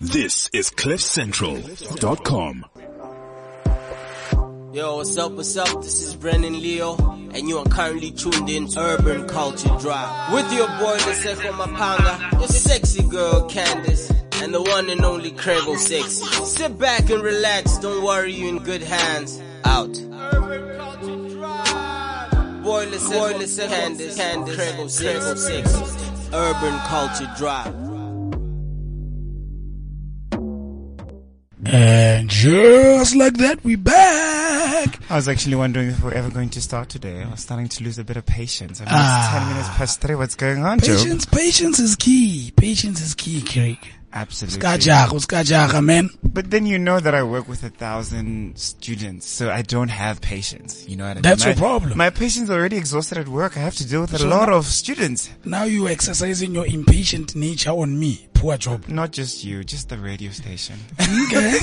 This is CliffCentral.com. Yo, what's up, what's up? This is Brennan Leo, and you are currently tuned in to Urban Culture Drive. With your boy, Niseko Mapanga, your sexy girl, Candace, and the one and only Craig 06. Sit back and relax, don't worry, you're in good hands. Out. Urban Culture Drive! Boy, Niseko, Candace, Candace, Craig 06. Urban Culture Drive. And just like that, we back. I was actually wondering if we're ever going to start today. I was starting to lose a bit of patience. I mean, Ah. it's 10 minutes past 3. What's going on, Joe? Patience, patience is key. Patience is key, Craig. Absolutely. Skajaga, skajaga, man. But then you know that I work with a thousand students, so I don't have patience. You know what I mean? That's my, your problem. My patience is already exhausted at work. I have to deal with a So lot now- of students. Now you exercising your impatient nature on me. Poor job. Not just you, just the radio station. Okay.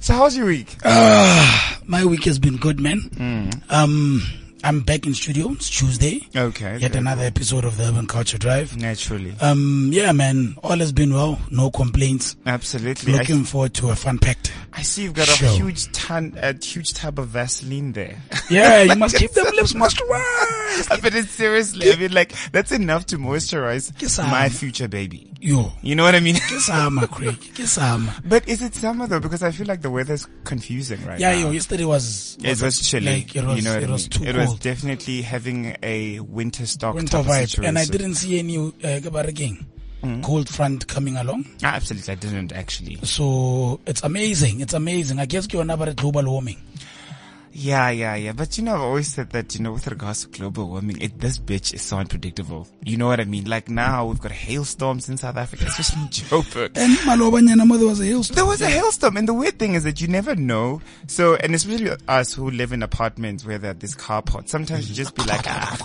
so how's your week? Ah, my week has been good, man. Mm. Um, I'm back in studio. It's Tuesday. Okay. Yet okay. another episode of the Urban Culture Drive. Naturally. Um, yeah, man. All has been well. No complaints. Absolutely. I, Looking forward to a fun packed. I see you've got a Sure. huge ton, a huge tub of Vaseline there. Yeah, you must keep them lips moisturized. but it's seriously, I mean, like, that's enough to moisturize Yes, um, my future baby. Yo. You know what I mean? Kisama, Craig. Kisama. but is it summer though? Because I feel like the weather's confusing right Yeah, now. yo, yesterday was. It was chilly. Like, it was, you know what it I was mean? too it cold. was definitely having a winter stock Winter type of vibe. And I situation. Mm-hmm. didn't see any, uh, Gabaraging cold front coming along. Ah, Absolutely, I didn't actually. So it's amazing. It's amazing. I guess you're about global warming. Yeah, yeah, yeah. But you know, I've always said that, you know, with regards to global warming, it, this bitch is so unpredictable. You know what I mean? Like now we've got hailstorms in South Africa, especially in Joburg. And Malobanyana, there was a hailstorm. There was a hailstorm, and the weird thing is that you never know. So, and especially us who live in apartments where there are these carports, sometimes you just be like, "Ah."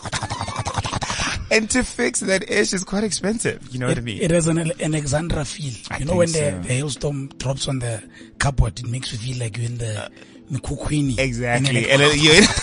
and to fix that ish is quite expensive. You know what I It, mean? it has an Al- Alexandra feel. I you know when think the, so. the hailstorm drops on the cupboard, it makes you feel like you're in the Mikukwini. And exactly. then "Ah." And then you-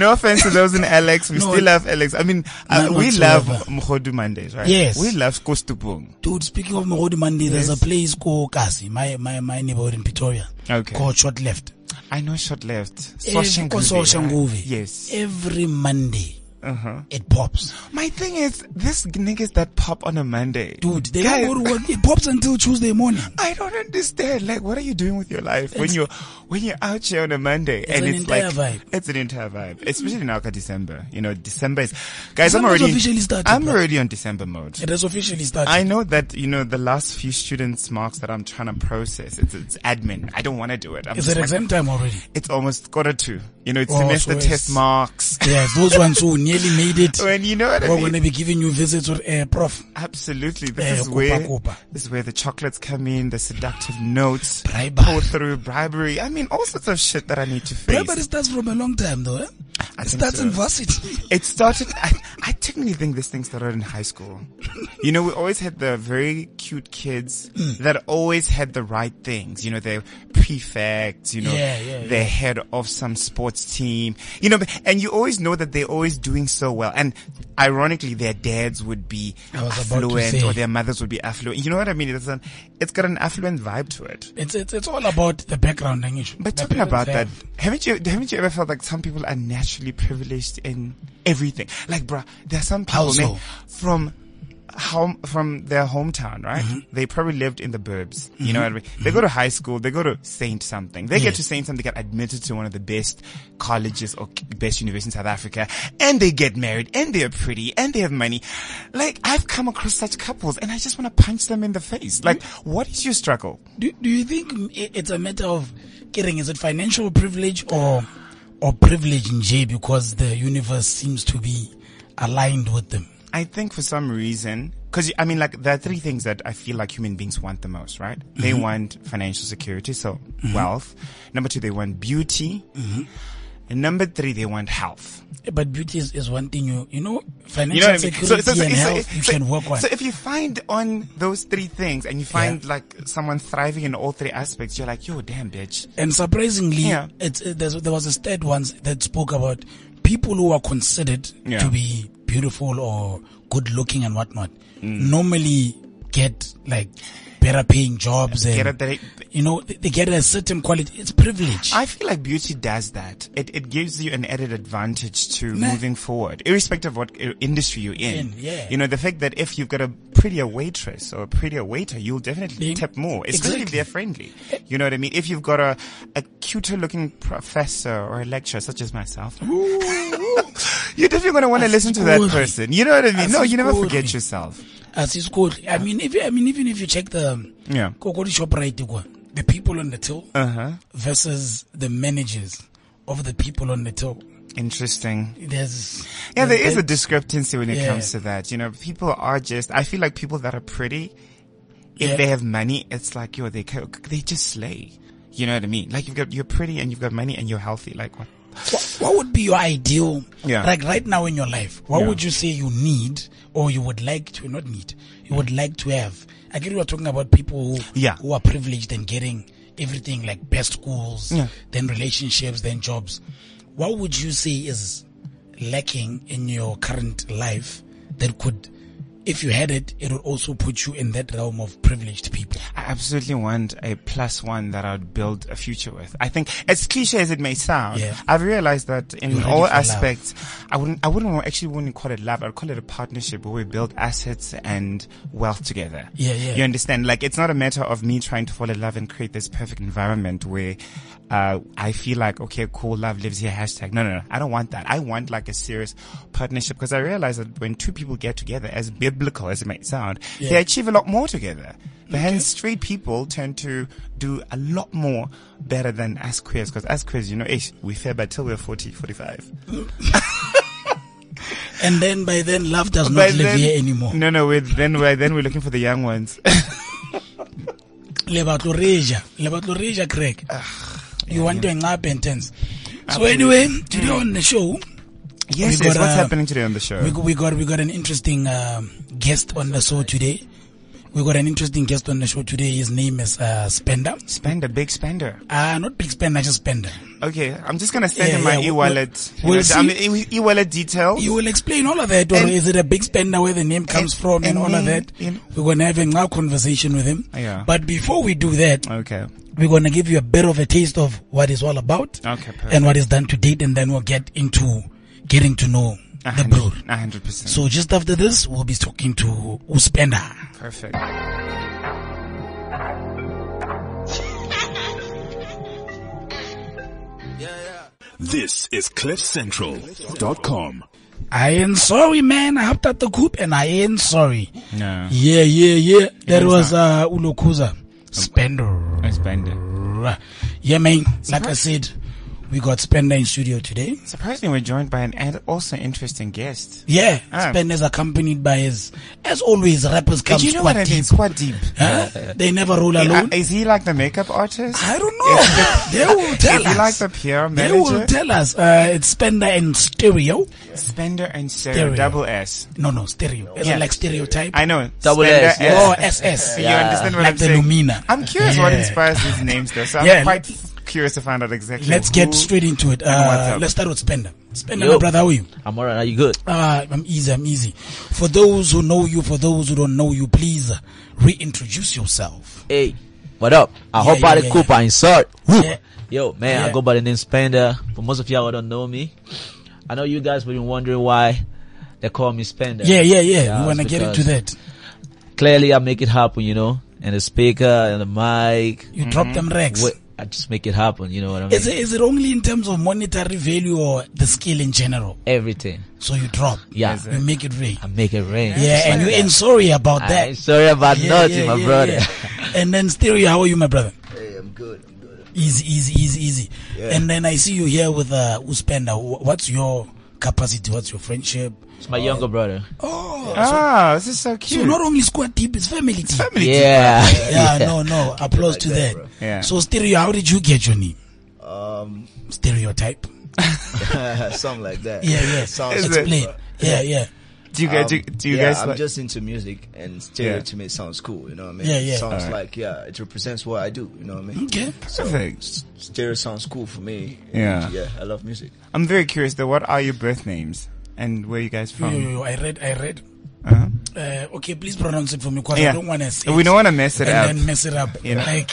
no offense to those in Alex, we No, still love Alex. I mean, uh, None we love whatsoever. Mkhodu Mondays, right? Yes. we love Kostupung. Dude, speaking of Morodi Monday, there's Yes. a place called Kasi, my, my, my neighborhood in Pretoria. Okay. Called Short Left. I know short left. Ev- called Soshanguve, Soshanguve. right? Yes. Every Monday, Uh huh. it pops. My thing is, this niggas that pop on a Monday, Dude, they Guys- don't go to work. It pops until Tuesday morning. I don't understand. Like, what are you doing with your life when It's- you're when you're out here on a Monday and an it's entire like vibe. it's an entire vibe, especially now at December. You know, December is guys. I'm December's already officially started, I'm bro. already on December mode. It has officially started. I know that you know the last few students' marks that I'm trying to process. It's, it's admin. I don't want to do it. I'm Is just it like, exam time already? It's almost quarter to. You know, it's Oh, semester so it's- test marks. Yeah, those ones who nearly made it, When you know what I we're mean. going to be giving you visits with uh, prof. Absolutely. Eh, This is Copa, where Copa. this is where the chocolates come in, the seductive notes, Bribery. pull through bribery. I mean, all sorts of shit that I need to face. Remember, it starts from a long time though, I eh? It think starts so. in varsity. It started. I, I technically think this thing started in high school. You know, we always had the very cute kids Mm. that always had the right things. You know, they're prefects. You know, Yeah, yeah, they're head of some sports team. You know, and you always know that they're always doing so well. And ironically, their dads would be I was about to affluent, say. or their mothers would be affluent. You know what I mean? It's an, it's got an affluent vibe to it. It's, it's, it's all about the background language. But talking about that, haven't you haven't you ever felt like some people are naturally privileged in everything? Like, bruh, there are some How people man, so? from home from their hometown, right? They probably lived in the burbs. You know what I mean? They go to high school, they go to Saint something. They Yeah. get to Saint something, get admitted to one of the best colleges or best universities in South Africa, and they get married, and they're pretty, and they have money. Like, I've come across such couples, and I just want to punch them in the face. Like, what is your struggle? Do, do you think m- i- it's a matter of getting, is it financial privilege or, or privilege in J because the universe seems to be aligned with them? I think for some reason, because I mean, like there are three things that I feel like human beings want the most, right? They Mm-hmm. want financial security, so wealth. Number two, they want beauty. Mm-hmm. And number three, they want health. Eh, But beauty is, is one thing you, you know, financial You know what I mean? security So, so, so, and so- health you so- can work on. so if you find on those three things and you find like someone thriving in all three aspects, you're like, yo, damn bitch. and surprisingly, Yeah. it's, it, there's, there was a stat once that spoke about people who are considered Yeah. to be beautiful or good looking and whatnot normally get like better paying jobs and Get it that it- you know they, they get a certain quality. It's privilege. I feel like beauty does that. It, it gives you an added advantage to Nah. moving forward, irrespective of what uh, industry you're in. In, yeah. You know, the fact that if you've got a prettier waitress or a prettier waiter, you'll definitely Yeah. tip more, especially if Exactly. they're friendly. You know what I mean? If you've got a, a cuter looking professor or a lecturer, such as myself, you're definitely going to want to listen to that Asikhuri. person. You know what I mean? No, you never Asikhuri. forget yourself. As it's good. I mean, if you, I mean, even if you check the Yeah. go go to shop right, the people on the till Uh-huh. versus the managers of the people on the till. Interesting. There's Yeah, there is a that- discrepancy when it Yeah. comes to that. You know, people are just, I feel like people that are pretty, if Yeah. they have money, it's like, yo, they, ca- they just slay. You know what I mean? Like you've got, you're pretty and you've got money and you're healthy. Like what? what, what would be your ideal? Yeah. Like right now in your life, what Yeah. would you say you need or you would like to not need? You would like to have. I get you are talking about people who Yeah. who are privileged and getting everything like best schools, Yeah. then relationships, then jobs. What would you say is lacking in your current life that could if you had it, it would also put you in that realm of privileged people. I absolutely want a plus one that I'd build a future with. I think as cliche as it may sound, Yeah. I've realized that in all You're ready for love. aspects, I wouldn't, I wouldn't want- actually wouldn't call it love. I'd call it a partnership where we build assets and wealth together. Yeah, yeah. You understand? Like it's not a matter of me trying to fall in love and create this perfect environment where, uh, I feel like, okay, cool, love lives here, hashtag. No, no, no. I don't want that. I want like a serious partnership because I realize that when two people get together, as biblical as it may sound, they Yeah. achieve a lot more together. But hence, straight people tend to do a lot more better than us queers, because us queers, you know, ish, we fare but till we're 40, 45. And then by then love does not By live here anymore. No, no, we're, then we're, then we're looking for the young ones. le batlo reja le batlo reja crack Ah, you want to hang up and tense so anyway today on the show yes, yes, We what's got, uh, happening today on the show? we, we got we got an interesting um, guest on the show today we got an interesting guest on the show today his name is uh, spender spender, big spender. uh not big spender just spender Okay, I'm just gonna send Yeah, him my yeah, we- e-wallet. we'll you know, I'm see. e- e-wallet detail. you will explain all of that or And- is it a big spender where the name comes and- from and, and all then, of that you know- we're gonna have a now conversation with him Yeah. but before we do that okay. we're going to give you a bit of a taste of what it's all about Okay, perfect. and what is done to date and then we'll get into getting to know A the hundred- brew. a hundred percent. So just after this, we'll be talking to Uspenda. Perfect. This is CliffCentral.com. I ain't sorry, man. I hopped out the coop and I ain't sorry. No. Yeah, yeah, yeah. That who's was, uh, Ulokuza. Spender. A spender. Yeah, man. Like I said, we got Spender in studio today. Surprisingly, we're joined by an ad- also interesting guest. Yeah. Ah. Spender is accompanied by his, as always, rappers come Did you know what squad I mean? deep. Squad deep. Huh? They never roll Uh, alone. is he like the makeup artist? I don't know. they will Ah, tell Is he us. like the PR they manager? will tell us. Uh, it's Spender and Stereo. Spender and Sarah, Stereo. double S. No, no, Stereo. It's Yeah. like stereotype. I know. Double Spender S, yeah. oh, SS. You understand what Like I'm the saying? Lumina. I'm curious what Yeah. inspires these names though, so Yeah. I'm quite curious to find out exactly. Let's who- get straight into it. what's Uh, up? let's start with Spender. Spender, Yo. my brother, how are you? I'm alright. Are you good? Uh, I'm easy, I'm easy. For those who know you, for those who don't know you, please reintroduce yourself. Hey, what up? I hope yeah, I yeah, didn't coop. I insert. Woo. Yeah. Yo, man, Yeah. I go by the name Spender. For most of y'all who don't know me, I know you guys have been wondering why they call me Spender. Yeah, yeah, yeah. we it's want to get into because that. Clearly, I make it happen. You know, and the speaker and the mic. You Mm-hmm. drop them racks. What, I just make it happen. You know what I mean? Is it, is it only in terms of monetary value or the skill in general? Everything. So you drop. Yeah. Is it? You make it rain. I make it rain. Yeah, Just and like you that. ain't sorry about I that. ain't sorry about Yeah, nothing, yeah, my yeah, brother. yeah. And then Stereo, how are you, my brother? Hey, I'm good. I'm good. Easy, easy, easy, easy. And then I see you here with uh, Uspenda. Wh- What's your capacity? What's your friendship? It's my younger brother. Oh, Oh, this is so cute. so not only squad deep, it's family deep. Family deep. Yeah. Yeah, no, no. Applause to that. Yeah. So Stereo, how did you get your name? Um, Stereotype. something like that. Yeah, yeah. Sounds Is it? Explain. Yeah, yeah. Do you guys? Do, do you Um, yeah, guys? I'm like- just into music, and stereo Yeah. to me sounds cool. You know what I mean? Yeah, yeah. Sounds Alright. like yeah, it represents what I do. You know what I mean? Okay. Perfect. S- Stereo sounds cool for me. Yeah. yeah, I love music. I'm very curious though. What are your birth names and where are you guys Yo, yo, from? yo, I read, I read. Uh-huh. uh, okay, please pronounce it for me because I Yeah. don't want to say We it don't wanna mess it and up. then mess it up. Yeah. Like,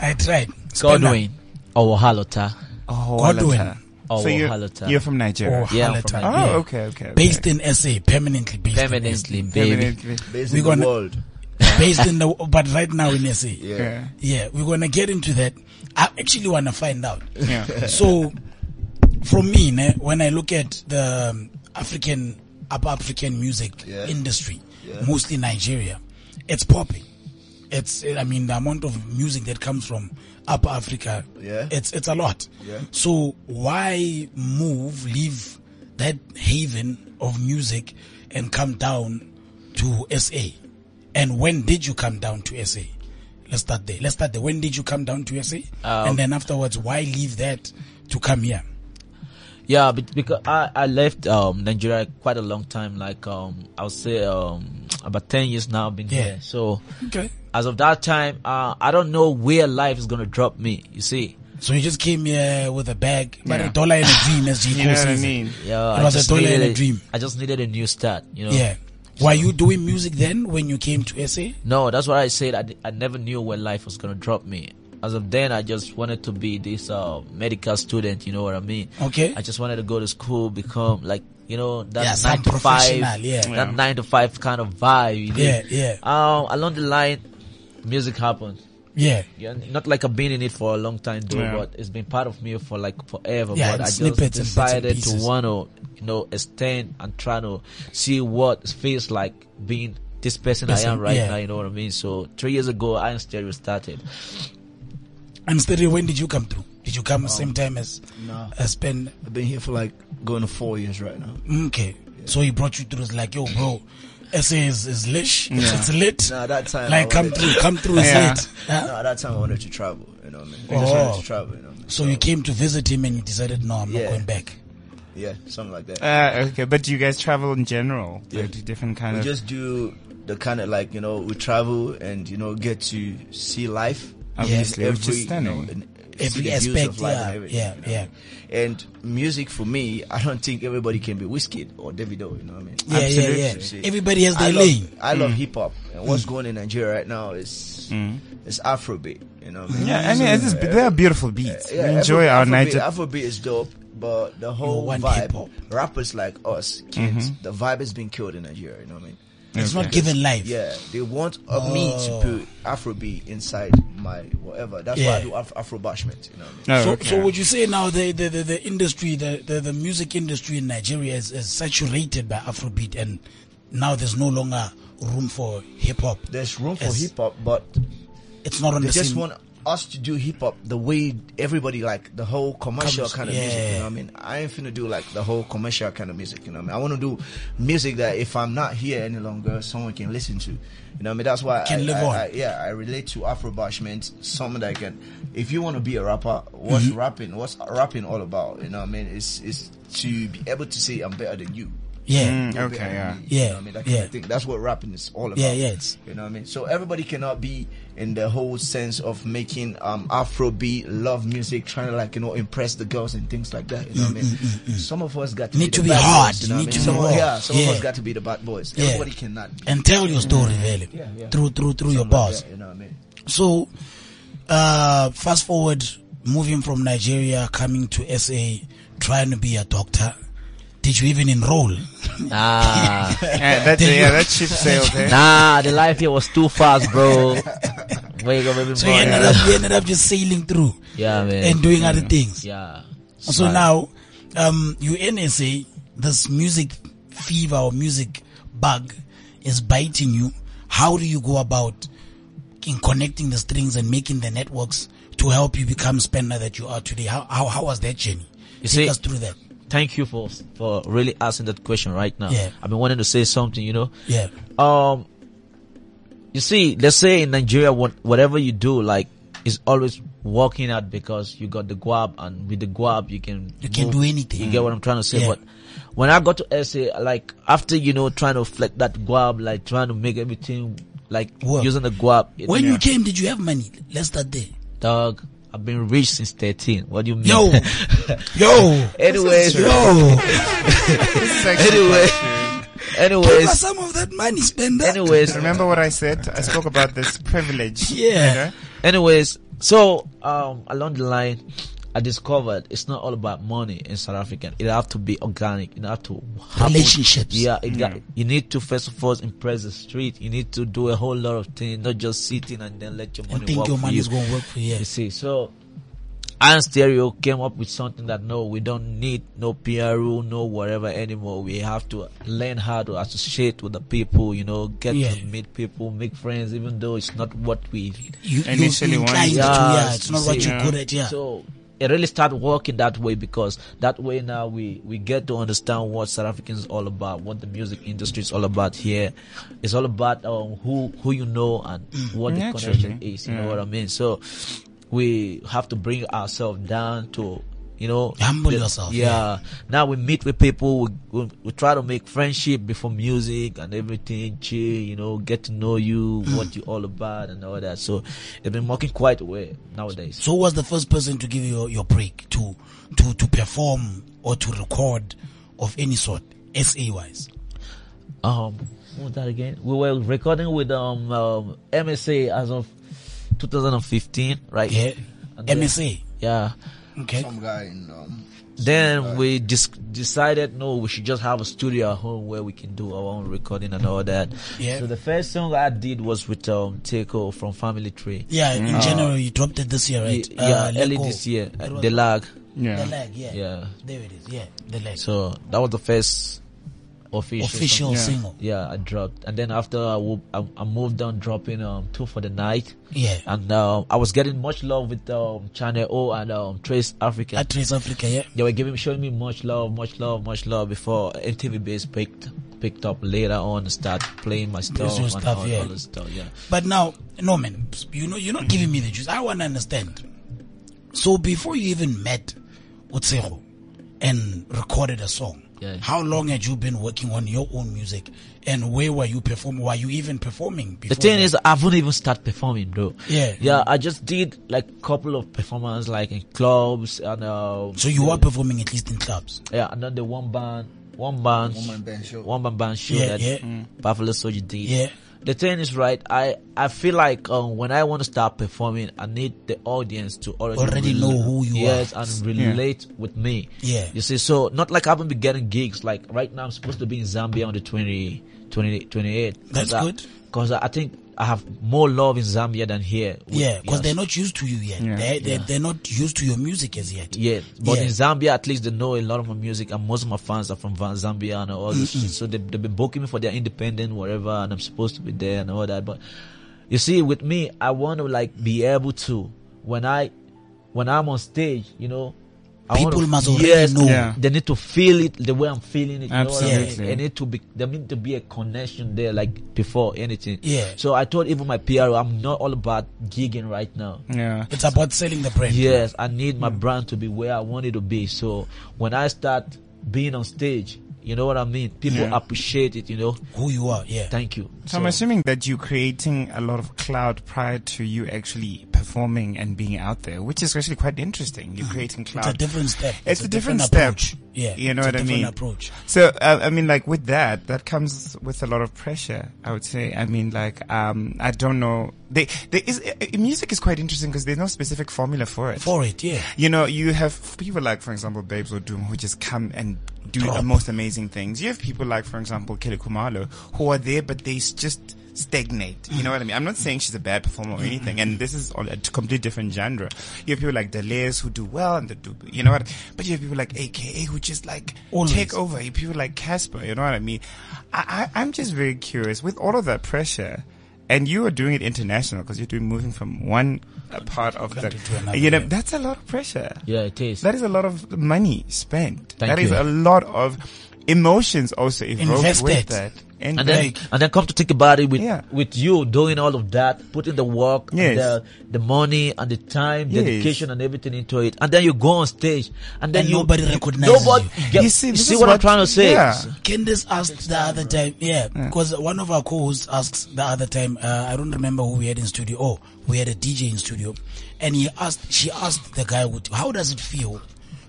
I tried. Spell Godwin or Halota. Oh, Godwin. Halata. Oh, so you're, Halata. you're from Nigeria. or Yeah, Halata. from Oh, Nigeria. Yeah. okay, okay. okay. Based in SA, permanently based in SA. Permanently, Yeah, baby. yeah, Based We in gonna- the world. based in the but right now in SA. Yeah. yeah. Yeah, we're gonna get into that. I actually wanna find out. Yeah. So, from me, ne, when I look at the um, African, upper African music Yeah. industry, Yeah. mostly Nigeria, it's popping. It's, I mean, the amount of music that comes from upper Africa, Yeah. it's, it's a lot. Yeah. So why move, leave that haven of music and come down to SA? And when did you come down to SA? Let's start there. Let's start there. When did you come down to SA? Uh, Um, and then afterwards, why leave that to come here? Yeah, but because I, I left um Nigeria quite a long time, like um I'll say um about ten years now I've been Yeah. here. So Okay. as of that time, uh I don't know where life is gonna drop me, you see. So you just came here with a bag, but Yeah. a dollar and a dream, as You G know Cole what I says it. mean? Yeah, It was a dollar and a dream. I just needed a new start, you know. Yeah. Were you doing music then when you came to SA? No, that's what I said. I, di- I never knew where life was gonna drop me. As of then, I just wanted to be this uh, medical student. You know what I mean? Okay. I just wanted to go to school, become like you know that Yeah, some nine to five, professional, yeah. that Yeah. nine to five kind of vibe. You Yeah, know? yeah. Um, along the line, music happened. Yeah. Yeah, not like I've been in it for a long time though, Yeah. but it's been part of me for like forever. Yeah, and but I snippets and just bits and decided to pieces. want to, you know, extend and try to see what it feels like being this person I Person, am right yeah. now. You know what I mean? So three years ago, I and Stereo started. And Stereo, when did you come through? Did you come Oh. same time as No. as Pen? I've been here for like going to four years right now. Okay. So he brought you through. It's like, yo, bro, SA is, is lish. It's, it's lit. Nah, that time. like, I come wanted- through, come through, it's Yeah. lit. Huh? Nah, that time I wanted to travel. You know what I mean? I just Oh. wanted to travel. You know. What I mean? So you came to visit him and you decided, no, I'm not Yeah. going back. Yeah, something like that. Uh, okay, but do you guys travel in general? Yeah. Like, different kind we of. just do the kind of like you know we travel and you know get to see life Obviously, And which is stunning. and Every see the views aspect, of life yeah, and everything, yeah, you know? yeah. and music for me I don't think everybody can be Whiskey or Davido you know what I mean Yeah, Absolutely. Mm. yeah, See, yeah. Everybody has I their love, lane. I love hip hop and what's going in Nigeria right now is is Afrobeat you know what I mean? yeah, I mean, it's just, they are beautiful beats. Yeah, we enjoy Afro- our Afrobeat, Niger. Afrobeat is dope, but the whole want hip-hop. vibe, rappers like us kids, Mm-hmm. the vibe has been killed in Nigeria. You know what I mean? It's not given life. Yeah, they want uh, me Oh. to put Afrobeat inside my whatever. That's why Yeah. Uh, I do Af- Afro bashment. You know what I mean? No, So, okay. so would you say now the, the, the, the industry, the, the, the music industry in Nigeria is, is saturated by Afrobeat and now there's no longer room for hip hop? There's room for Yes. hip hop, but It's not on they the just same. want us to do hip hop the way everybody like the whole commercial Comes- kind of yeah. music. You know what I mean? I ain't finna do like the whole commercial kind of music. You know what I mean? I want to do music that if I'm not here any longer, someone can listen to. You know what I mean? That's why Can I, live I- on. I- yeah, I relate to Afro bashment. Someone that can, if you want to be a rapper, what's Mm-hmm. rapping? What's rapping all about? You know what I mean? It's it's to be able to say I'm better than you. yeah. Mm, okay, yeah. You Yeah, know what I mean? That kind yeah. of thing. That's what rapping is all about. Yeah, yeah, it's- you know what I mean? So everybody cannot be in the whole sense of making um Afrobeat, love music, trying to like, you know, impress the girls and things like that. You know what Mm, I mean? Some of us got to Need be, to the be bad hard, Boys, you know need what to I mean? be some of- raw. yeah, some Yeah. of us got to be the bad boys. Yeah. Everybody cannot be And tell your story, really. Mm. Yeah, yeah. Through, through, through your like bars. that, you know what I mean? So, uh, fast forward, moving from Nigeria, coming to SA, trying to be a doctor. Did you even enroll? Oh, Nah, yeah, that, yeah, that ship sailed eh? there. nah, the life here was too fast, bro. Where you gonna make me So you born? ended up, you ended up just sailing through Yeah, man. and doing other Mm. things. yeah. So Smart. now, um, you NSA, this music fever or music bug is biting you. How do you go about in connecting the strings and making the networks to help you become spender that you are today? How, how, how was that journey? Take see- us through that. thank you for for really asking that question right now. Yeah. I've been wanting to say something, you know. Yeah. Um, you see, let's say in Nigeria, what, whatever you do, like, is always working out because you got the guap, and with the guap, you can You can do anything. You get what I'm trying to say? Yeah. But when I got to SA, like after you know trying to flex that guap, like trying to make everything like Work. using the guap, it, When you came, did you have money? Let's start there. dog, I've been rich since 13. What do you mean? Yo. Yo. Anyways, Yo. It's actually anyway, Give us Anyways, some of that money, spend that. anyways, Remember what I said? I spoke about this privilege. Yeah. You know? anyways. So um, along the line, I discovered it's not all about money in South Africa. It have to be organic. It have to happen. Relationships. Yeah, it got, you need to first of all impress the street. You need to do a whole lot of things, not just sitting and then let your money And think work your for money you. is going to work for you. You see, so Iron Stereo came up with something that no, we don't need no PR rule, no whatever anymore. We have to learn how to associate with the people, you know, get Yeah. to meet people, make friends, even though it's not what we. You, you Initially inclined wanted- to, yeah, it's not you what see. you're good at, yeah. So it really started working that way because that way now we, we get to understand what South Africans is all about, what the music industry is all about here. It's all about um, who who you know and Mm. what the Naturally. connection is. You know what I mean? So we have to bring ourselves down to you know Humble yourself, Yeah. Now we meet with people. We, we we try to make friendship before music and everything. Chill, you know, get to know you, Mm. what you all about, and all that. So it's been working quite well nowadays. So who was the first person to give you your break to to to perform or to record of any sort, SA wise? um what was that again we were recording with um, um msa as of 2015 right Yeah, And then- MSA. yeah Okay, Some guy in um, then we just decided no we should just have a studio at home where we can do our own recording and all that Yeah. so the first song i did was with um Teko from family tree yeah. In January you dropped it this year, right? Y- yeah Uh, let early go. this year It was- the lag The Yeah. leg, yeah. Yeah. There it is. Yeah, the leg. so that was the first official song. Official single. yeah i dropped and then after i, wo- I, I moved on dropping um two for the night Yeah. and um, I was getting much love with um, Channel O and um, Trace Africa. At Trace Africa, yeah. they were giving, showing me much love, much love, much love before MTV Base picked picked up later on and start playing my stuff your and stuff, all, yeah. all the stuff. Yeah, But now, no man, you know, you're not giving me the juice. I want to understand. So before you even met Utsego and recorded a song, Yeah. how long had you been working on your own music and where were you performing? Were you even performing before? the thing that? is, I wouldn't even start performing though. Yeah. yeah, I just did like a couple of performances like in clubs and um, so you were performing at least in clubs. yeah, and then the one band, one band, One Man Band Show. Mm. one man band show Yeah, that yeah. Buffalo Soldier did. Yeah. The thing is right. I I feel like um, when I want to start performing, I need the audience to already Already rela- know who you yes, are. and relate with me. Yeah. You see, so not like I haven't been getting gigs. Like right now, I'm supposed to be in Zambia on the 20, 20 28. That's Cause I- good. Cause I, I think I have more love in Zambia than here. With- Yeah, because yes. they're not used to you yet. Yeah. They're, they're, they're not used to your music as yet. Yeah, but Yeah. in Zambia, at least they know a lot of my music, and most of my fans are from Van- Zambia and all this. shit. So they, they've been booking me for their independent, whatever, and I'm supposed to be there and all that. But you see, with me, I want to like be able to when I when I'm on stage, you know. I People wanna, must already yes, know. Yeah. They need to feel it the way I'm feeling it. you know what I mean? Absolutely. It need to be there need to be a connection there, like before anything. Yeah. So I told even my PR, I'm not all about gigging right now. Yeah. It's about selling the brand. Yes, I need Hmm. my brand to be where I want it to be. So when I start being on stage, you know what I mean? People Yeah. appreciate it, you know. Who you are, yeah. Thank you. So I'm assuming that you're creating a lot of cloud prior to you actually performing and being out there, which is actually quite interesting. You're creating cloud. Mm-hmm. It's a different step. It's, a, different, approach. step. Yeah. You know it's what a I different mean? approach. So, uh, I mean, like with that, that comes with a lot of pressure, I would say. I mean, like, um, I don't know. They, there is, uh, uh, music is quite interesting because there's no specific formula for it. For it, yeah. you know, you have people like, for example, Babes or Doom who just come and do Drop. the most amazing things. You have people like, for example, Kelly Kumalo who are there, but they s- just stagnate. You know what I mean? I'm not saying she's a bad performer or anything, and this is all a t- complete different genre. You have people like Deleuze who do well and they do, you know what? But you have people like AKA who just like Always. take over. You have people like Casper, you know what I mean? I, I, I'm just very curious with all of that pressure. And you are doing it international because you're doing moving from one uh, part of the, Country to another, you know, yeah. that's a lot of pressure. Yeah, it is. That is a lot of money spent. Thank That is you. a lot of emotions also evoked Invested. with that. And, and then like, and then come to think about it with Yeah. with you doing all of that, putting the work, Yes. and the, the money, and the time, Yes. dedication, and everything into it, and then you go on stage, and then And you, nobody recognizes nobody. you. Get, You see, this is what, I'm what- trying to say? yeah. Candace asked the other time, yeah, because one of our co-hosts asked the other time, uh, I don't remember who we had in studio. Oh, we had a DJ in studio, and he asked, she asked the guy, "What- "How does it feel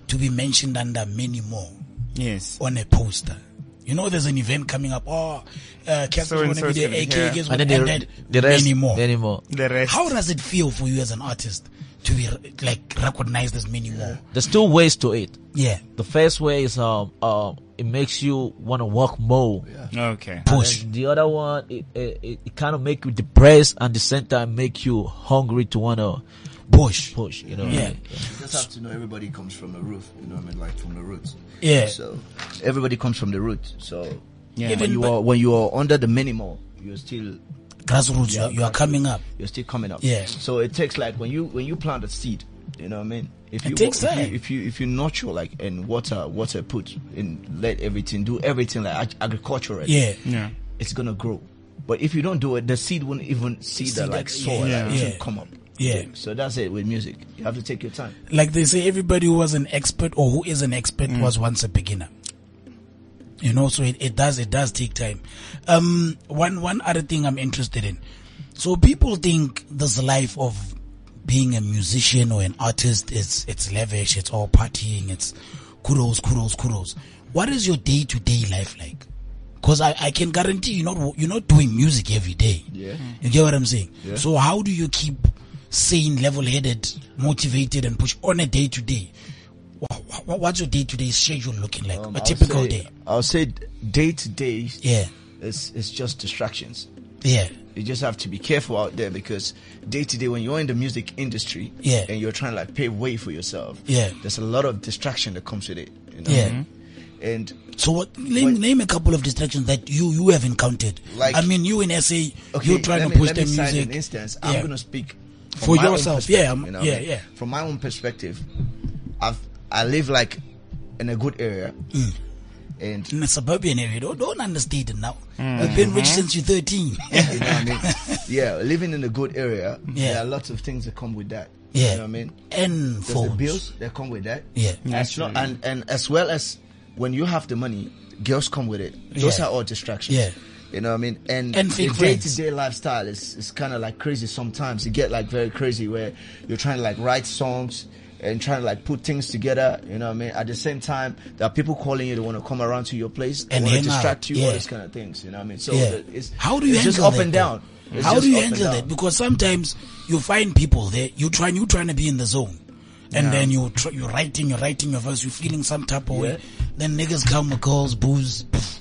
to be mentioned under many more yes. on a poster?" You You know, there's an event coming up. Oh, uh, Cass So is and going to so is be there. gonna be AK here. is And and then the, then the rest, many more. anymore. The rest. How does it feel for you as an artist to be like recognized as many more? There's two ways to it. Yeah, The first way is um um it makes you want to work more. Okay. push. And the other one, it, it, it kind of make you depressed and the same time make you hungry to want to Push. push, you know? Yeah. You just have to know everybody comes from the roof. You know what I mean? Like from the roots. Yeah. So everybody comes from the root. So Yeah. when Even you but- are when you are under the minimal, you're still Grassroots, you are- you are coming up. you're still coming up. Yeah. So it takes like when you when you plant a seed, you know what I mean. If It you takes if time. you, if you if you nurture like and water water put and let everything do everything like ag- agricultural. Yeah. Yeah. It's gonna grow. But if you don't do it, the seed won't even see the that- like soil. yeah, like, it yeah. won't come up. Yeah. So that's it with music. You have to take your time. Like they say, everybody who was an expert or who is an expert was once a beginner. You know, so it, it does, it does take time. Um, one, one other thing I'm interested in. So people think this life of being a musician or an artist is, it's lavish, it's all partying, it's kudos, kudos, kudos. What is your day to day life like? Cause I, I can guarantee you're not, you're not doing music every day. Yeah. You get what I'm saying? So how do you keep sane, level-headed, motivated, and push on a day to day? What's your day to day schedule looking like? Um, a I'll typical say- day? I'll say day to day. Yeah, It's it's just distractions. yeah, You just have to be careful out there because day to day when you're in the music industry Yeah. and you're trying to like pave way for yourself, Yeah. there's a lot of distraction that comes with it. You know? Mm-hmm. yeah. And So what? Name, Wait. name a couple of distractions that you you have encountered. Like- I mean, you in SA, okay, you're trying let to me- push let the me music. Cite an instance, I'm Yeah. gonna speak from For my own yourself, yeah, perspective, I'm- you know yeah, what I mean? yeah. From my own perspective, I've I live like in a good area, Mm. and in a suburban area, don't, don't understate it now. I've been rich since you're 13. Mm. Mm-hmm. you know what I mean? yeah, living in a good area, Yeah. there are lots of things that come with that. Yeah. You know what I mean? and There's the phones. bills that come with that. Yeah. As lo- and, and as well as when you have the money, girls come with it. Those Yeah. are all distractions. Yeah. You know what I mean? And, And the fake day friends. to day lifestyle is, is kind of like crazy sometimes. You get like very crazy where you're trying to like write songs and trying to like put things together. You know what I mean? At the same time, there are people calling you. They want to come around to your place. They And want to hang out. distract you. Yeah. All these kind of things. You know what I mean? So yeah. the- it's How do you it's handle just up that and though? down? It's How just do you up and handle down. that? Because sometimes you find people there. You try, you trying to be in the zone, and then you tr- you're writing, you're writing your verse, you're feeling some type of way. Then niggas come with girls, booze. pff.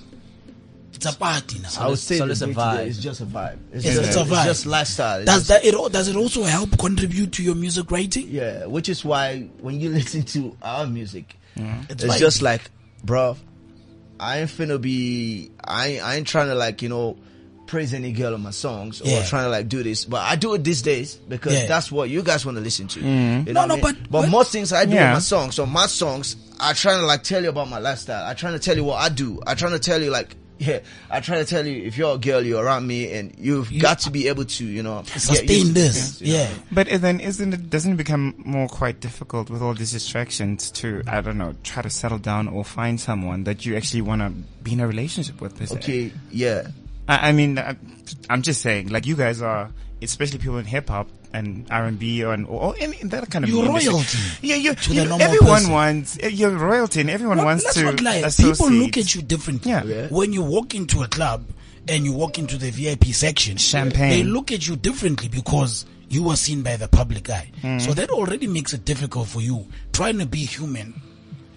It's a party now. I would say so the it's a day-to-day vibe. is just a vibe. It's, It's- it's just, a vibe. just lifestyle. It's does just- that it? al- Does it also help contribute to your music writing? Yeah, which is why when you listen to our music, It's it's, like- just like, bro, I ain't finna be, I ain't, I ain't trying to like, you know, praise any girl on my songs or Yeah. trying to like do this, but I do it these days because Yeah. that's what you guys want to listen to. You No, no, know what I mean? but- but but- most things I do Yeah. on my songs, on my songs, I try to like tell you about my lifestyle. I trying to tell you what I do. I trying to tell you like. Yeah, I try to tell you if you're a girl, you're around me, and you've got to be able to, you know, get used to Sustain this, things, you know? yeah. But i- then isn't it, doesn't it become more quite difficult with all these distractions to, I don't know, try to settle down or find someone that you actually want to be in a relationship with? per se? Okay, yeah. I, I mean, I, I'm just saying, like you guys are, especially people in hip hop and R&B and or, or any, that kind of You're industry. royalty Yeah, you, to you the know, normal everyone person. wants eh, you're royalty, and everyone Not- wants let's to not lie. associate. People look at you differently. Yeah. Yeah. When you walk into a club and you walk into the VIP section, Champagne. they look at you differently because you were seen by the public eye. Hmm. So that already makes it difficult for you trying to be human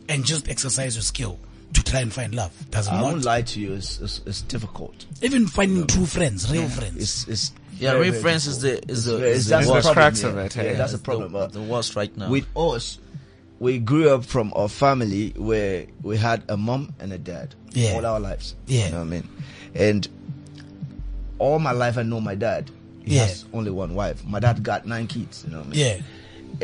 and just exercise your skill to try and find love. Does I not won't lie to you. It's it's, it's difficult. even finding true friends, real friends. It's it's Yeah, very, very reference is difficult. the, is the, It's- is the that's the worst. problem. cracks yeah. of it, Yeah, yeah. that's the It's problem. The, but worst right now. with us, we grew up from our family where we had a mom and a dad Yeah. all our lives. Yeah. you know what I mean. And all my life, I know my dad. He Yeah. has only one wife. My dad got nine kids. You know what I mean. Yeah.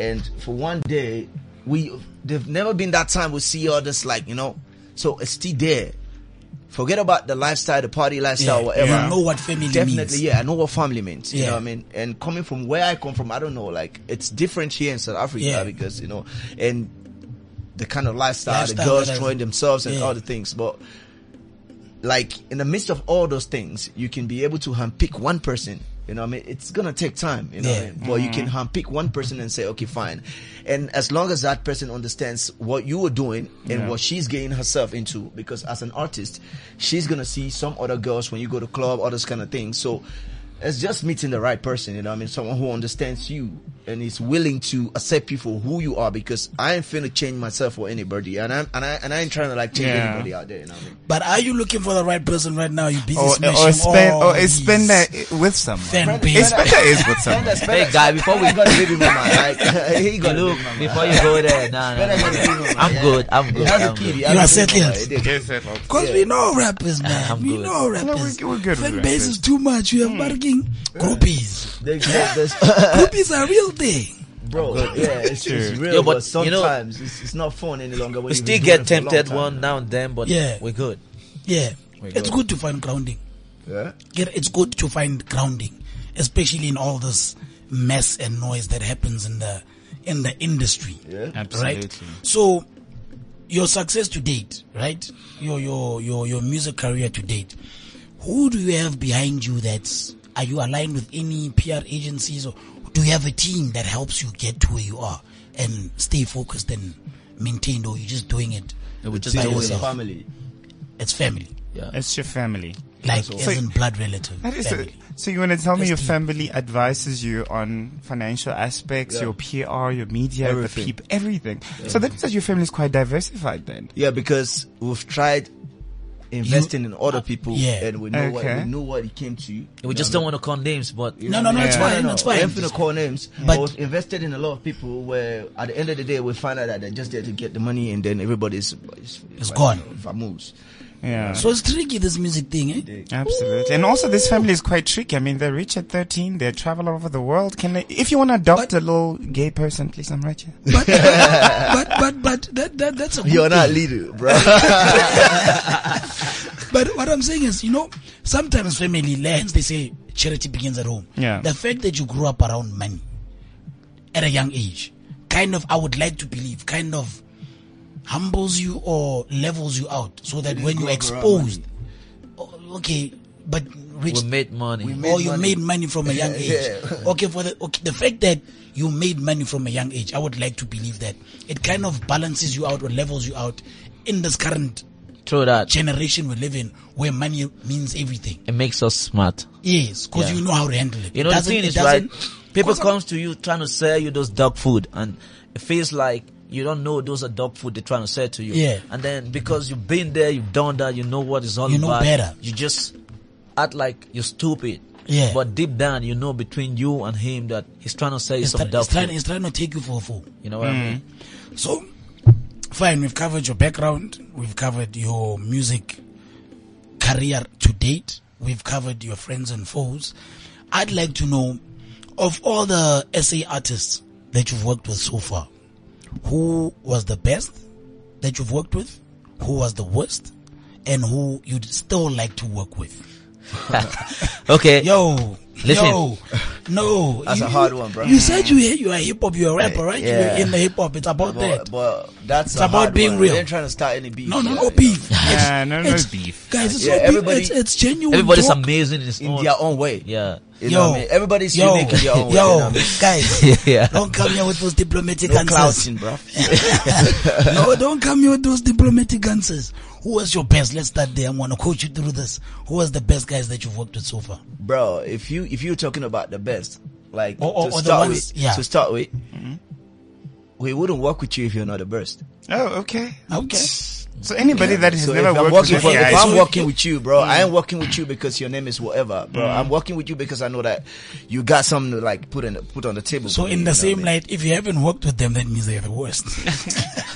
And for one day, we there've never been that time we see all this like you know. So it's still there. Forget about the lifestyle, the party lifestyle, yeah. whatever. You know what family Definitely, means. yeah. I know what family means. You Yeah. know what I mean? And coming from where I come from, I don't know. Like it's different here in South Africa Yeah. because you know, and the kind of lifestyle, Lifestyle the girls that is- throwing themselves and Yeah. all the things. But like in the midst of all those things, you can be able to handpick one person You know, what I mean, it's gonna take time. You know, Yeah. what I mean? but you can handpick one person and say, okay, fine. And as long as that person understands what you were doing and what she's getting herself into, because as an artist, she's gonna see some other girls when you go to club, all those kind of things. So it's just meeting the right person, you know. what I mean, someone who understands you and is willing to accept you for who you are. Because I ain't finna change myself for anybody, and I'm and I and I ain't trying to like change Yeah. anybody out there. You know, what I mean? But are you looking for the right person right now? You busy Or, smashing or spend, all or spend these that with someone. fan base. Spend that is with someone. Hey, guy, before we- He got a baby mama, like, he got a Look, baby mama. before you go there, nah, nah, Better nah, than nah. you, man. I'm Yeah. good. I'm He good. has a I'm kid. good. He You has a are baby mama. settled. He did. Because we know rappers, man. I'm we good. know No, rappers. we're- we're good with Fan base rappers. Hmm. is too much. You have barking groupies. They- they- Uh, that's- groupies are a real thing. Bro, yeah, it's, it's real, Yeah, but, but, you know- sometimes it's, it's not fun any longer. We still get tempted one now and then, but Yeah. we're good. Yeah, it's good to find grounding. Yeah. Yeah, it's good to find grounding, especially in all this mess and noise that happens in the in the industry. Right. Absolutely. So your success to date, right? Your your your your music career to date. Who do you have behind you that's are you aligned with any PR agencies or do you have a team that helps you get to where you are and stay focused and maintained or you're just doing it just by do it. It's a yourself? family. It's family. It's your family. Like So- as in blood relative. That is a- family. so you want to tell me your family advises you on financial aspects, Yeah. your PR, your media, Everything. the people, everything. So that means that your family is quite diversified then. Yeah, because we've tried investing in other people, Yeah. and we know what Okay. we know what it came to. We just don't want to call names, but No, no, no, it's Yeah. fine, it's We're fine. not gonna call names, But- but, we've invested in a lot of people. Where at the end of the day, we find out that they're just there to get the money, and then everybody's is, It's gone. Vamoose. Yeah. So it's tricky this music thing, eh? Absolutely. And also this family is quite tricky. I mean, they're rich at 13. They travel all over the world. Can they, if you want to adopt a little gay person, please, I'm right here. But but but but that, that that's a good You're not thing. leader, bro. But what I'm saying is, you know, sometimes family lands, they say charity begins at home. Yeah. The fact that you grew up around money at a young age, kind of, I would like to believe, kind of humbles you or levels you out so that when you're grow up around exposed, o- okay, but rich, we made money. or Oh, you made money from a young age. Okay, for the okay, the fact that you made money from a young age, I would like to believe that it kind of balances you out or levels you out in this current Through that, generation we live in where money means everything. it makes us smart. Yes, because Yeah. you know how to handle it. You know, the Doesn't- thing it is, right? doesn't- People 'cause I'm- comes to you trying to sell you those dog food, and it feels like you don't know those are dog food they're trying to sell to you. Yeah. And then because you've been there, you've done that, you know what it's all You know about. better. You just act like you're stupid. Yeah. But deep down, you know between you and him that he's trying to sell you It's, some try- dog it's trying, food. it's trying to take you for a fool. you know what I mean? So, fine, we've covered your background, we've covered your music career to date, we've covered your friends and foes. I'd like to know of all the SA artists that you've worked with so far, who was the best that you've worked with, who was the worst, and who you'd still like to work with? Okay. Yo, Listen. yo, no, That's a you- hard one, bro. You said you you are hip hop, you're a rapper, right? Yeah. You're in the hip hop. It's about that. but, but that's It's a about hard being one. real. They ain't trying to start any beef. No, no, yeah, no you beef. Yeah, no, no it's, beef. Guys, it's Yeah, not beef. everybody- It's, it's genuine. Everybody's talk. amazing in his know, own. in their own way. Yeah. You know what I mean? Everybody's yo, unique in their own yo, way. you know what I mean? guys, Yeah. don't come here with those diplomatic No answers. clouting, bro. no, don't come here with those diplomatic answers. Who was your best? Let's start there. I'm gonna coach you through this. Who was the best guys that you've worked with so far? bro, if you if you're talking about the best, like Or- or- to or the start ones- with, yeah. Mm-hmm. to start with, we wouldn't work with you if you're not the best. Oh, okay. Okay. So anybody that has So never if I'm worked working, with for, you if guys, I'm working with you, bro, I ain't working with you because your name is whatever, bro. I'm working with you because I know that you got something to like put in put on the table. So for me, in you the know same what I mean? night, if you haven't worked with them, that means they're the worst.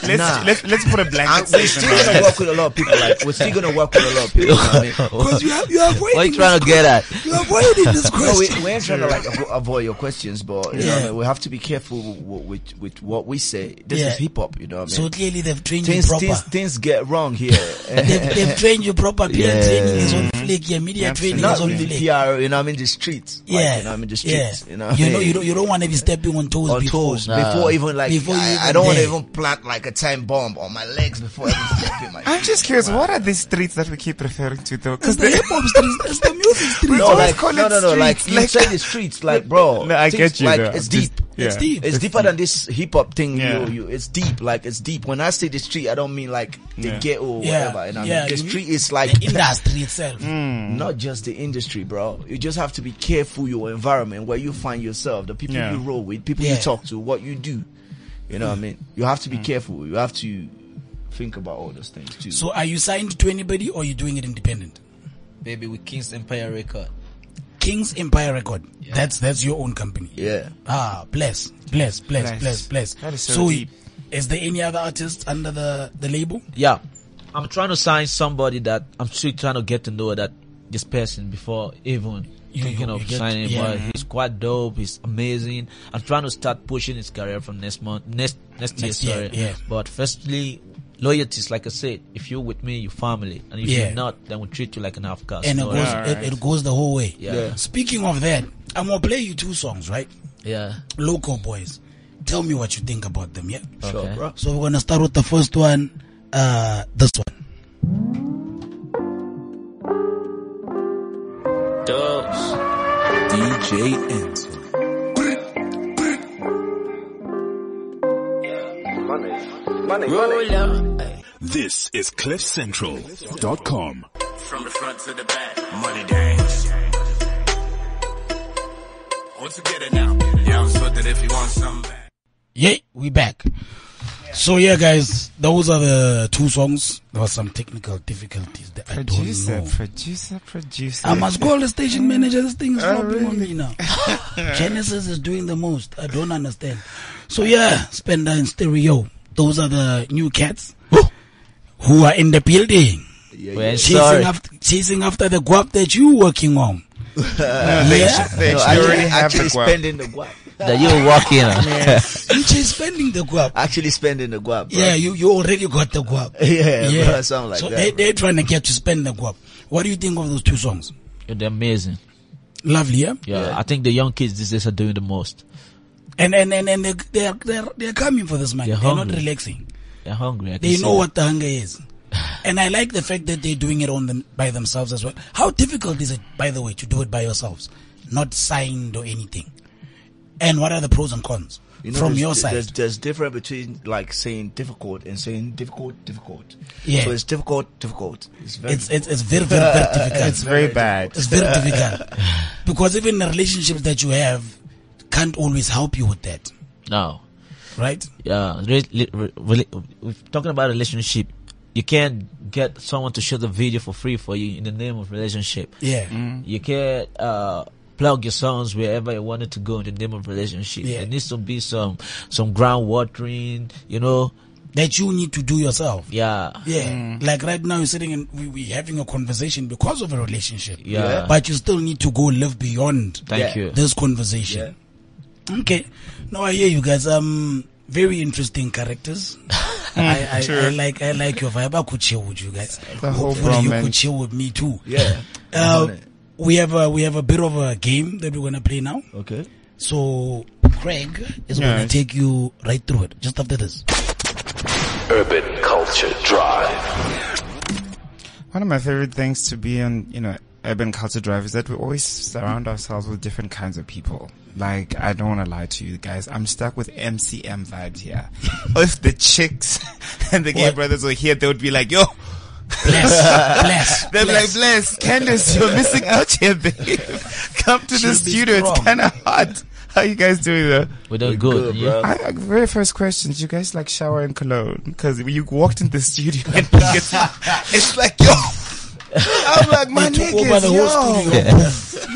let's, let's, let's put a And blanket statement we're still on gonna it. work with a lot of people. Like we're still gonna work with a lot of people. You know what I mean? Because you have you are avoiding. What are you trying to get at? this- You are avoiding this No, we, question. we ain't trying to like avo- avoid your questions, but you know, what Yeah. I mean? we have to be careful with with, with what we say. This Yeah. is hip hop, you know. What I so mean? clearly they've trained you things, proper. things things get wrong here. they've, they've trained you proper. PR Yeah. training is on flick. Your media Absolutely. training Not is on with flick. PR, you know. what I mean the streets. Like, yeah, you know. what I mean the yeah. streets. You know. you know, you don't, you don't want to be stepping on toes on before. toes before even like Before you I, I even don't want to there. even plant like a time bomb on my legs before every step in my I'm just curious, what are these streets that we keep referring to though? Because It's the hip hop street. It's the music street. No, no, Always like, call no, it no, no, like, streets, you like- say the streets, like, bro. No, I things- get you, Like, though. it's deep. Just- yeah. It's deep. It's deeper than this hip hop thing, Yeah. you, you. It's deep, like it's deep. When I say the street, I don't mean like the Yeah. ghetto or Yeah. whatever. You know, what I Yeah, mean? the you- street is like The industry itself. Mm. not just the industry, bro. You just have to be careful your environment where you find yourself, the people Yeah. you roll with, people Yeah. you talk to, what you do. You know what I mean? You have to be careful. You have to think about all those things too. So are you signed to anybody or are you doing it independent? Baby, with King's Empire Record. King's Empire Record. That's that's your own company. yeah. Ah, bless, bless, bless, Bless. bless, bless. That is so deep. is there any other artist under the the label? Yeah. I'm trying to sign somebody that I'm still trying to get to know that this person before even You- thinking you of get- signing. yeah. But he's quite dope. He's amazing. I'm trying to start pushing his career from next month, next next, Next year, year. Sorry. yeah. But firstly, loyalty is like I said. If you're with me, you family, and if Yeah. you're not, then we treat you like an half caste. And it No, goes right? it, it goes the whole way. Yeah. Yeah. Speaking of that, I'm gonna play you two songs, right? yeah. Local oh, boys. Tell me what you think about them, yeah? Sure, Okay. bro. So we're gonna start with the first one, uh this one. DJ Enzo. Roll up. This is CliffCentral.com. From the front to the back, money dance. All together now. Yeah, I'm sorted if you want something back. Yeah, we back. So yeah guys, those are the two songs. There was some technical difficulties that I don't Producer, know. producer, producer. I must call the station manager. This thing is dropping on really? me now. Genesis is doing the most. I don't understand. So yeah, Spender and Stereo. Those are the new cats who are in the building. Well, Chasing sorry. after, chasing after the guap that you working on. yeah. They No, actually actually- already have the actually guap. spending the guap. That you walk in. uh, You chase spending the guap. Actually spending the guap. Bro. Yeah, you, you already got the guap. Yeah, bro, something like so that, They, bro. they're trying to get you spend the guap. What do you think of those two songs? They're amazing. Lovely, yeah? Yeah, I think the young kids these days are doing the most. And, and, and, and they, they're, they're, they're coming for this money. They're they're not hungry. relaxing. They're hungry. I can They see know that. what the hunger is. And I like the fact that they're doing it on them by themselves as well. How difficult is it, by the way, to do it by yourselves? Not signed or anything. And what are the pros and cons You know, from there's- your side? There's, there's difference between like saying difficult and saying difficult, difficult. Yeah. So it's difficult, difficult. It's very It's, it's, it's very, very, very difficult. It's very bad. It's very difficult. Because even the relationships that you have can't always help you with that, No. Mm. right? yeah, re- li- re- rela- if talking about relationship, you can't get someone to shoot the video for free for you in the name of relationship. Yeah. Mm. You can't uh, plug your songs wherever you wanted to go in the name of relationship. Yeah. There needs to be some some ground watering, you know. That you need to do yourself. Yeah, Yeah. Mm. Like right now you're sitting and we, we're having a conversation because of a relationship. Yeah. But you still need to go live beyond Thank Yeah. you. this conversation. Okay. No, I hear you guys. Um, very interesting characters. I, I, I like I like your vibe. I could chill with you guys. The whole Hopefully you bromance. could chill with me too. yeah. Uh, we have a we have a bit of a game that we're gonna play now. okay. So Craig is gonna Yes. take you right through it just after this. Urban Culture Drive. One of my favorite things to be on, you know, urban culture drive is that we always surround ourselves with different kinds of people. Like, I don't want to lie to you guys. I'm stuck with MCM vibes here. if the chicks and the gay What? brothers were here, they would be like, yo, Bless, bless, they're bless. like, bless, Candace, you're missing out here, babe. Come to the Should be studio. It's strong. kind of hot. How you guys doing though? we're doing good. yeah. I, I- very first question, do you guys like shower in cologne? Because you walked in the studio and it's, it's like, yo, I'm like, my They took niggas, over the yo, whole studio.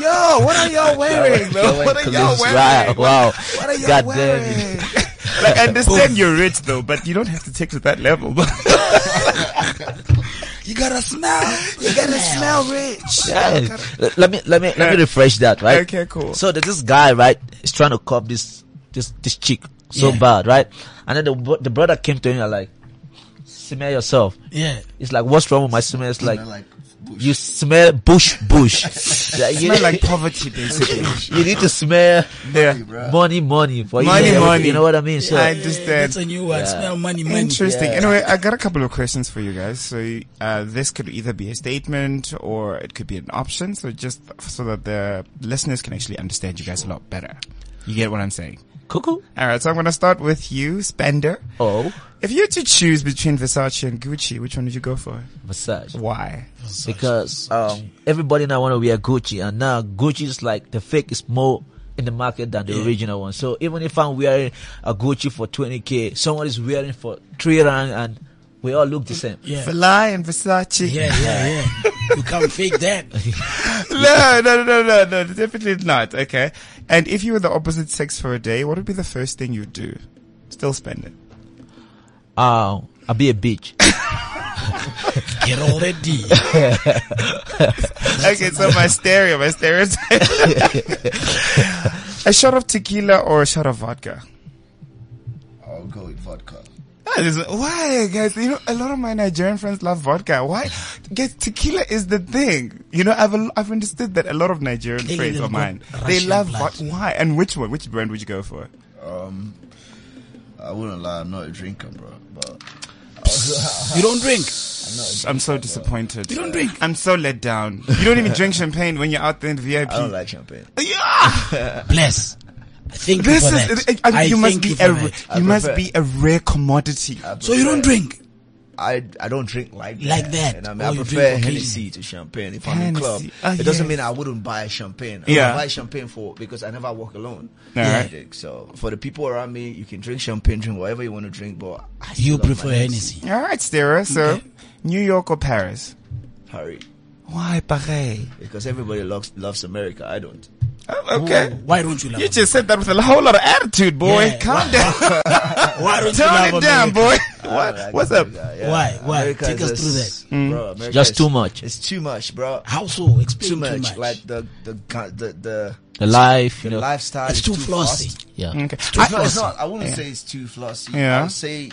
yo, what are y'all wearing, bro? What are y'all wearing? Wow, wow. What are y'all God damn wearing? it. like, I understand you're rich though, but you don't have to take to that level. You gotta smell. You gotta smell rich. Yeah. Let- Let me let me let me refresh that, right? Okay, cool. So there's this guy, right? He's trying to cop this this this chick so Yeah. bad, right? And then the bro- the brother came to him and like, smear yourself. Yeah. It's like, what's wrong with my smear? It's like, like You smell bush, bush. Like, you, Smell like poverty, basically. you need to smell yeah. money, money for you. Money, to- money. You know what I mean? So I That's understand. a new one. Smell money, money. Interesting. Anyway, I got a couple of questions for you guys. So uh, this could either be a statement or it could be an option. So just so that the listeners can actually understand you guys a lot better. You get what I'm saying? cuckoo. All right. So I'm going to start with you, Spender. Oh, If you had to choose between Versace and Gucci, which one would you go for? massage. Why? because um, everybody now want to wear Gucci, and now Gucci is like the fake is more in the market than the original one. So even if I'm wearing a Gucci for 20k, someone is wearing for three rand, and we all look the same. Yeah. Fly and Versace. Yeah, yeah, yeah. You can't fake that. No, no, no, no, no, no, definitely not. Okay. And if you were the opposite sex for a day, what would be the first thing you'd do? Still spend it. Um, I'll be a bitch. Get already. okay, so my stereo, my stereotype. a shot of tequila or a shot of vodka? I'll go with vodka. Ah, this is- Why, guys? You know, a lot of my Nigerian friends love vodka. Why? Guys, tequila is the thing. You know, I've al- I've understood that a lot of Nigerian Clearly friends they've of got mine they Russian love blood. vodka. Why? And which one? Which brand would you go for? Um, I wouldn't lie. I'm not a drinker, bro. But You don't drink. I'm so disappointed. You don't drink? I'm so let down. You don't even drink champagne when you're out there in the VIP. I don't like champagne. yeah. Bless. I think This for is. that. I mean, you I must thank be for a. that. You must prefer- be a rare commodity. So you don't drink. I I don't drink like Like that. And I, mean, Or I you prefer drink Oh, Hennessy to champagne if I'm in Hennessy. club. Ah, it doesn't yes. mean I wouldn't buy champagne. I Yeah. would buy champagne for because I never walk alone. Alright. Yeah. So for the people around me, you can drink champagne, drink whatever you want to drink, but I still You love my prefer Hennessy. All right, Stera. So, Okay. New York or Paris? Harry, Why Paris? because everybody loves loves America. I don't. Oh, okay. Why don't you love? You just said that with a whole lot of attitude, boy. Yeah. Calm down. Why don't you love Tone it down, America? boy. Oh, I What? don't like What's up? Mm. America, Why? Why? America Take is us through just- Bro, America Just is- too much. It's too much, bro. How so? Explain Too much. Like the the ga- the the, The life, you the know. lifestyle. it's is too fast. flossy. Yeah. Okay. I, no, it's not. I wouldn't Yeah. say it's too flossy. Yeah. I would say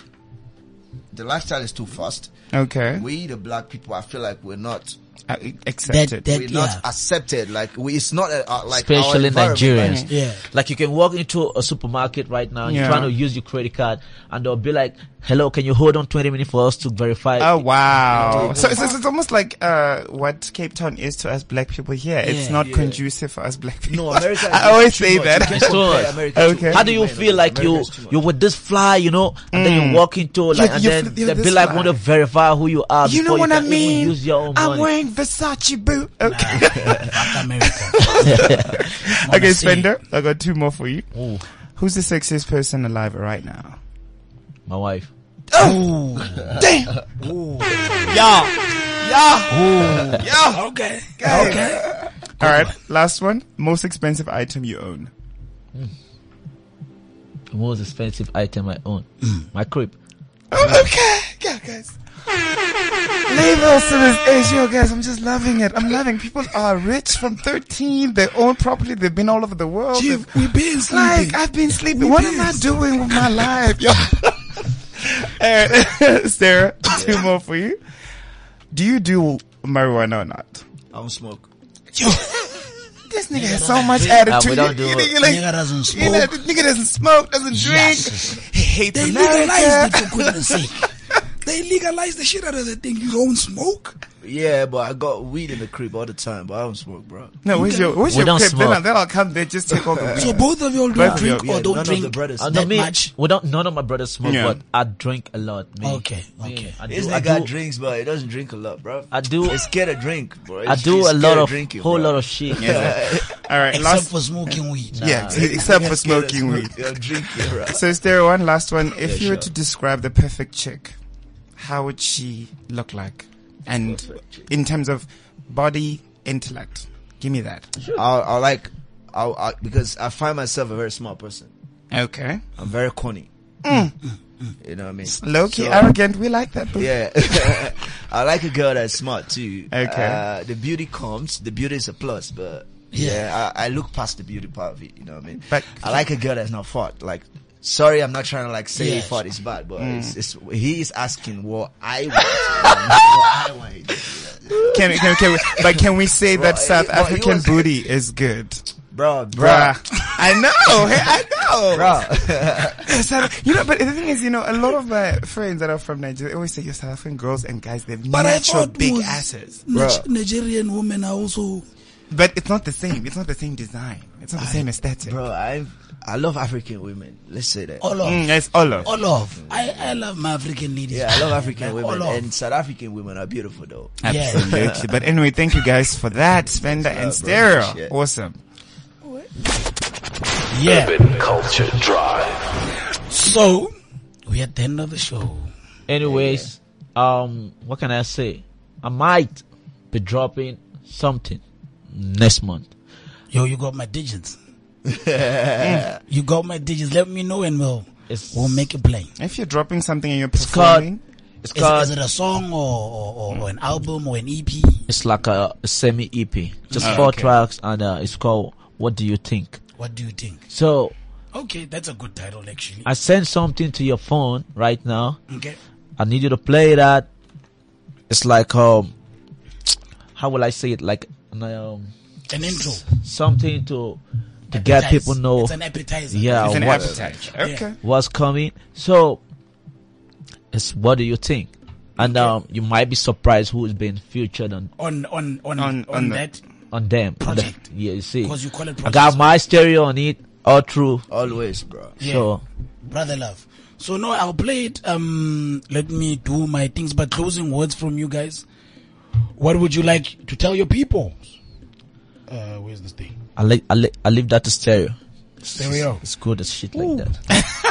the lifestyle is too fast. Okay. We, the black people, I feel like we're not, Uh, accepted. that- we're not Yeah. accepted. Like we, it's not uh, uh, like Especially our environment, Nigerians. like- Yeah. Like you can walk into a supermarket right now, and Yeah. you're trying to use your credit card, and they'll be like, "Hello, can you hold on 20 minutes for us to verify?" Oh wow! So it's, it's almost like uh, what Cape Town is to us black people here. It's Yeah. not conducive for us black people. No, America. is I always too say much. that. You can't compare Sure. America to Okay. How do you anywhere in feel the like world. you America is too much. you with this fly, you know, and then you walk into like, and Mm. you're then fl- you're they be this like, fly. want to verify who you are. You know before what I can even mean? Use your own I'm money. wearing Versace boot. Okay, Fuck America. okay, see. Spender. I got two more for you. Ooh, Who's the sexiest person alive right now? my wife. Damn. Y'all. Y'all. Y'all. okay. Okay. All right. Last one. Most expensive item you own. The most expensive item I own. Mm. My crib. Oh, okay. Yeah, guys. Labels to this age, yo, guys. I'm just loving it. I'm loving. People are rich from 13. They own property. They've been all over the world. Chief, we've been It's like sleeping. I've been sleeping. What am I doing with my life, yo? all right, Sarah. Two more for you. Do you do marijuana or not? I don't smoke. This nigga has so much attitude. we don't You- you do it. nigga, like, Nigga doesn't smoke. you know, the nigga doesn't smoke, doesn't drink. He hates They America. legalized it for goodness sake. They legalized the shit out of the thing. You don't smoke? Yeah, but I got weed in the crib all the time, but I don't smoke, bro. No, where's your where's We your don't crib? Then, smoke. I'll- then I'll come there just take all the So weed. both of y'all Both of don't y'all, drink Yeah, or don't none drink? of the brothers. Uh, That me, much? We don't, none of my brothers smoke, Yeah. but I drink a lot. Me. Okay, Me, okay. I This do, I nigga do- drinks, but he doesn't drink a lot, bro. I do- He's scared of drink, bro. I He's- do he's a lot scared of drinking, whole bro. lot of shit. All right, Except last for smoking weed. yeah, except for He's scared of smoking weed. smoke- of drinking, bro. So is there one last one? If you were sure. to describe the perfect chick, how would she look like? And in terms of body, intellect, give me that. I'll, I'll like, I'll, i because I find myself a very smart person. Okay, I'm very corny. Mm. You know what I mean? low key So- arrogant. We like that. boo. Yeah. I like a girl that's smart too. Okay. Uh, the beauty comes. The beauty is a plus, but yeah, I, I look past the beauty part of it. You know what I mean? But- I like a girl that's not fought. Like, sorry, I'm not trying to like say Yeah. fought Mm. is bad, but it's, it's, he is asking what I want. you know what I want. Can, we- can, can we, but can we say that Bro, South he- bro, he African was- booty is good? bro, Bruh. I know. Hey, I know. bro. South- you know, but the thing is, you know, a lot of my friends that are from Nigeria always say, "Your South African girls and guys, they've But I natural thought big was- asses." Nige- Bruh. Nigerian women are also But it's not the same. It's not the same design. It's not the same aesthetic. bro, I I love African women. Let's say that. all of. Mm, it's all of. All of. I, I love my African ladies. Yeah, I love African All women, of. and South African women are beautiful though. Yes. Absolutely. but anyway, thank you guys for that, Spender and bro. Stereo. Shit. Awesome. Yeah. Urban Culture Drive. So, we're at the end of the show. Anyways, um, what can I say? I might be dropping something next month. Yo, you got my digits. you got my digits. Let me know and we'll, It's- we'll make a play. If you're dropping something and you're called- performing, It's Is, called. is it a song or, or, or, or an album or an E EP? it's like a, a semi EP, just Oh, four tracks, and uh, it's called "What Do You Think." What do you think? So Okay, that's a good title actually. I sent something to your phone right now. Okay. I need you to play that. It's like um, how will I say it? Like um, An intro. something to to get Appetize. people know. It's an appetizer. Yeah, it's an what- appetite. Okay. what's coming. So, it's what do you think? And um, you might be surprised who is being featured on On, on, On- on, on, on the- that. on them. on the- Project. yeah, you see, 'Cause you call it I got project. my stereo on it all through. Always, bro. Yeah. So Brother love. So no, I'll play it. Um, let me do my things, but closing words from you guys. What would you like to tell your people? Uh, where's this thing? I li- I, li- I leave that to stereo. Stereo. It's good as shit like that.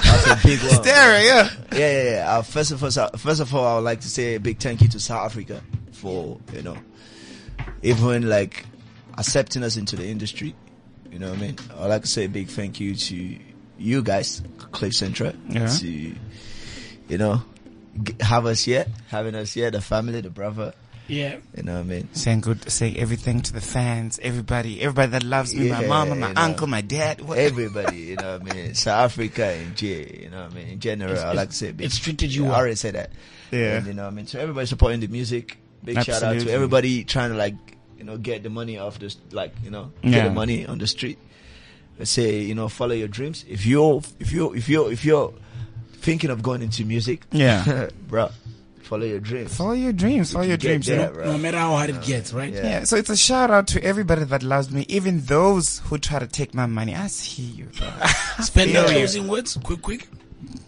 That's a big one. Stereo. yeah, yeah, yeah. Uh, first of all, first of all, I would like to say a big thank you to South Africa for you know, even like accepting us into the industry. You know what I mean? I'd like to say a big thank you to you guys, Cliff Centra, Yeah. to you know, g- have us here, having us here, the family, the brother. Yeah. You know what I mean? Saying good, saying everything to the fans, everybody, everybody that loves me, my Yeah, mama, my you know. uncle, my dad. What? Everybody, you know what I mean? South Africa in J, you know what I mean? In general, I like to say a big- it's treated you Yeah, I well. already said that. Yeah. And, you know what I mean? So everybody supporting the music. Big shout out Absolutely. to everybody trying to like, you know, get the money off this, like, you know, get Yeah. the money on the street. Let's say, you know, follow your dreams. If you're, if you're, if you're, if you're thinking of going into music, Yeah. bro, follow your dreams. Follow your dreams, follow your Get dreams. you there, know? bro. No matter how hard it gets, right? Yeah. Yeah, so it's a shout out to everybody that loves me, even those who try to take my money. I see you, bro. Spend your Yeah. closing words, quick, quick.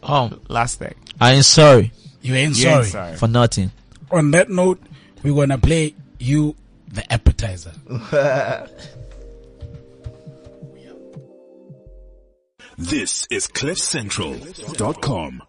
Um, Last thing. I ain't sorry You ain't You sorry. ain't sorry. for nothing. On that note, we're gonna play you the appetizer. This is CliffCentral.com.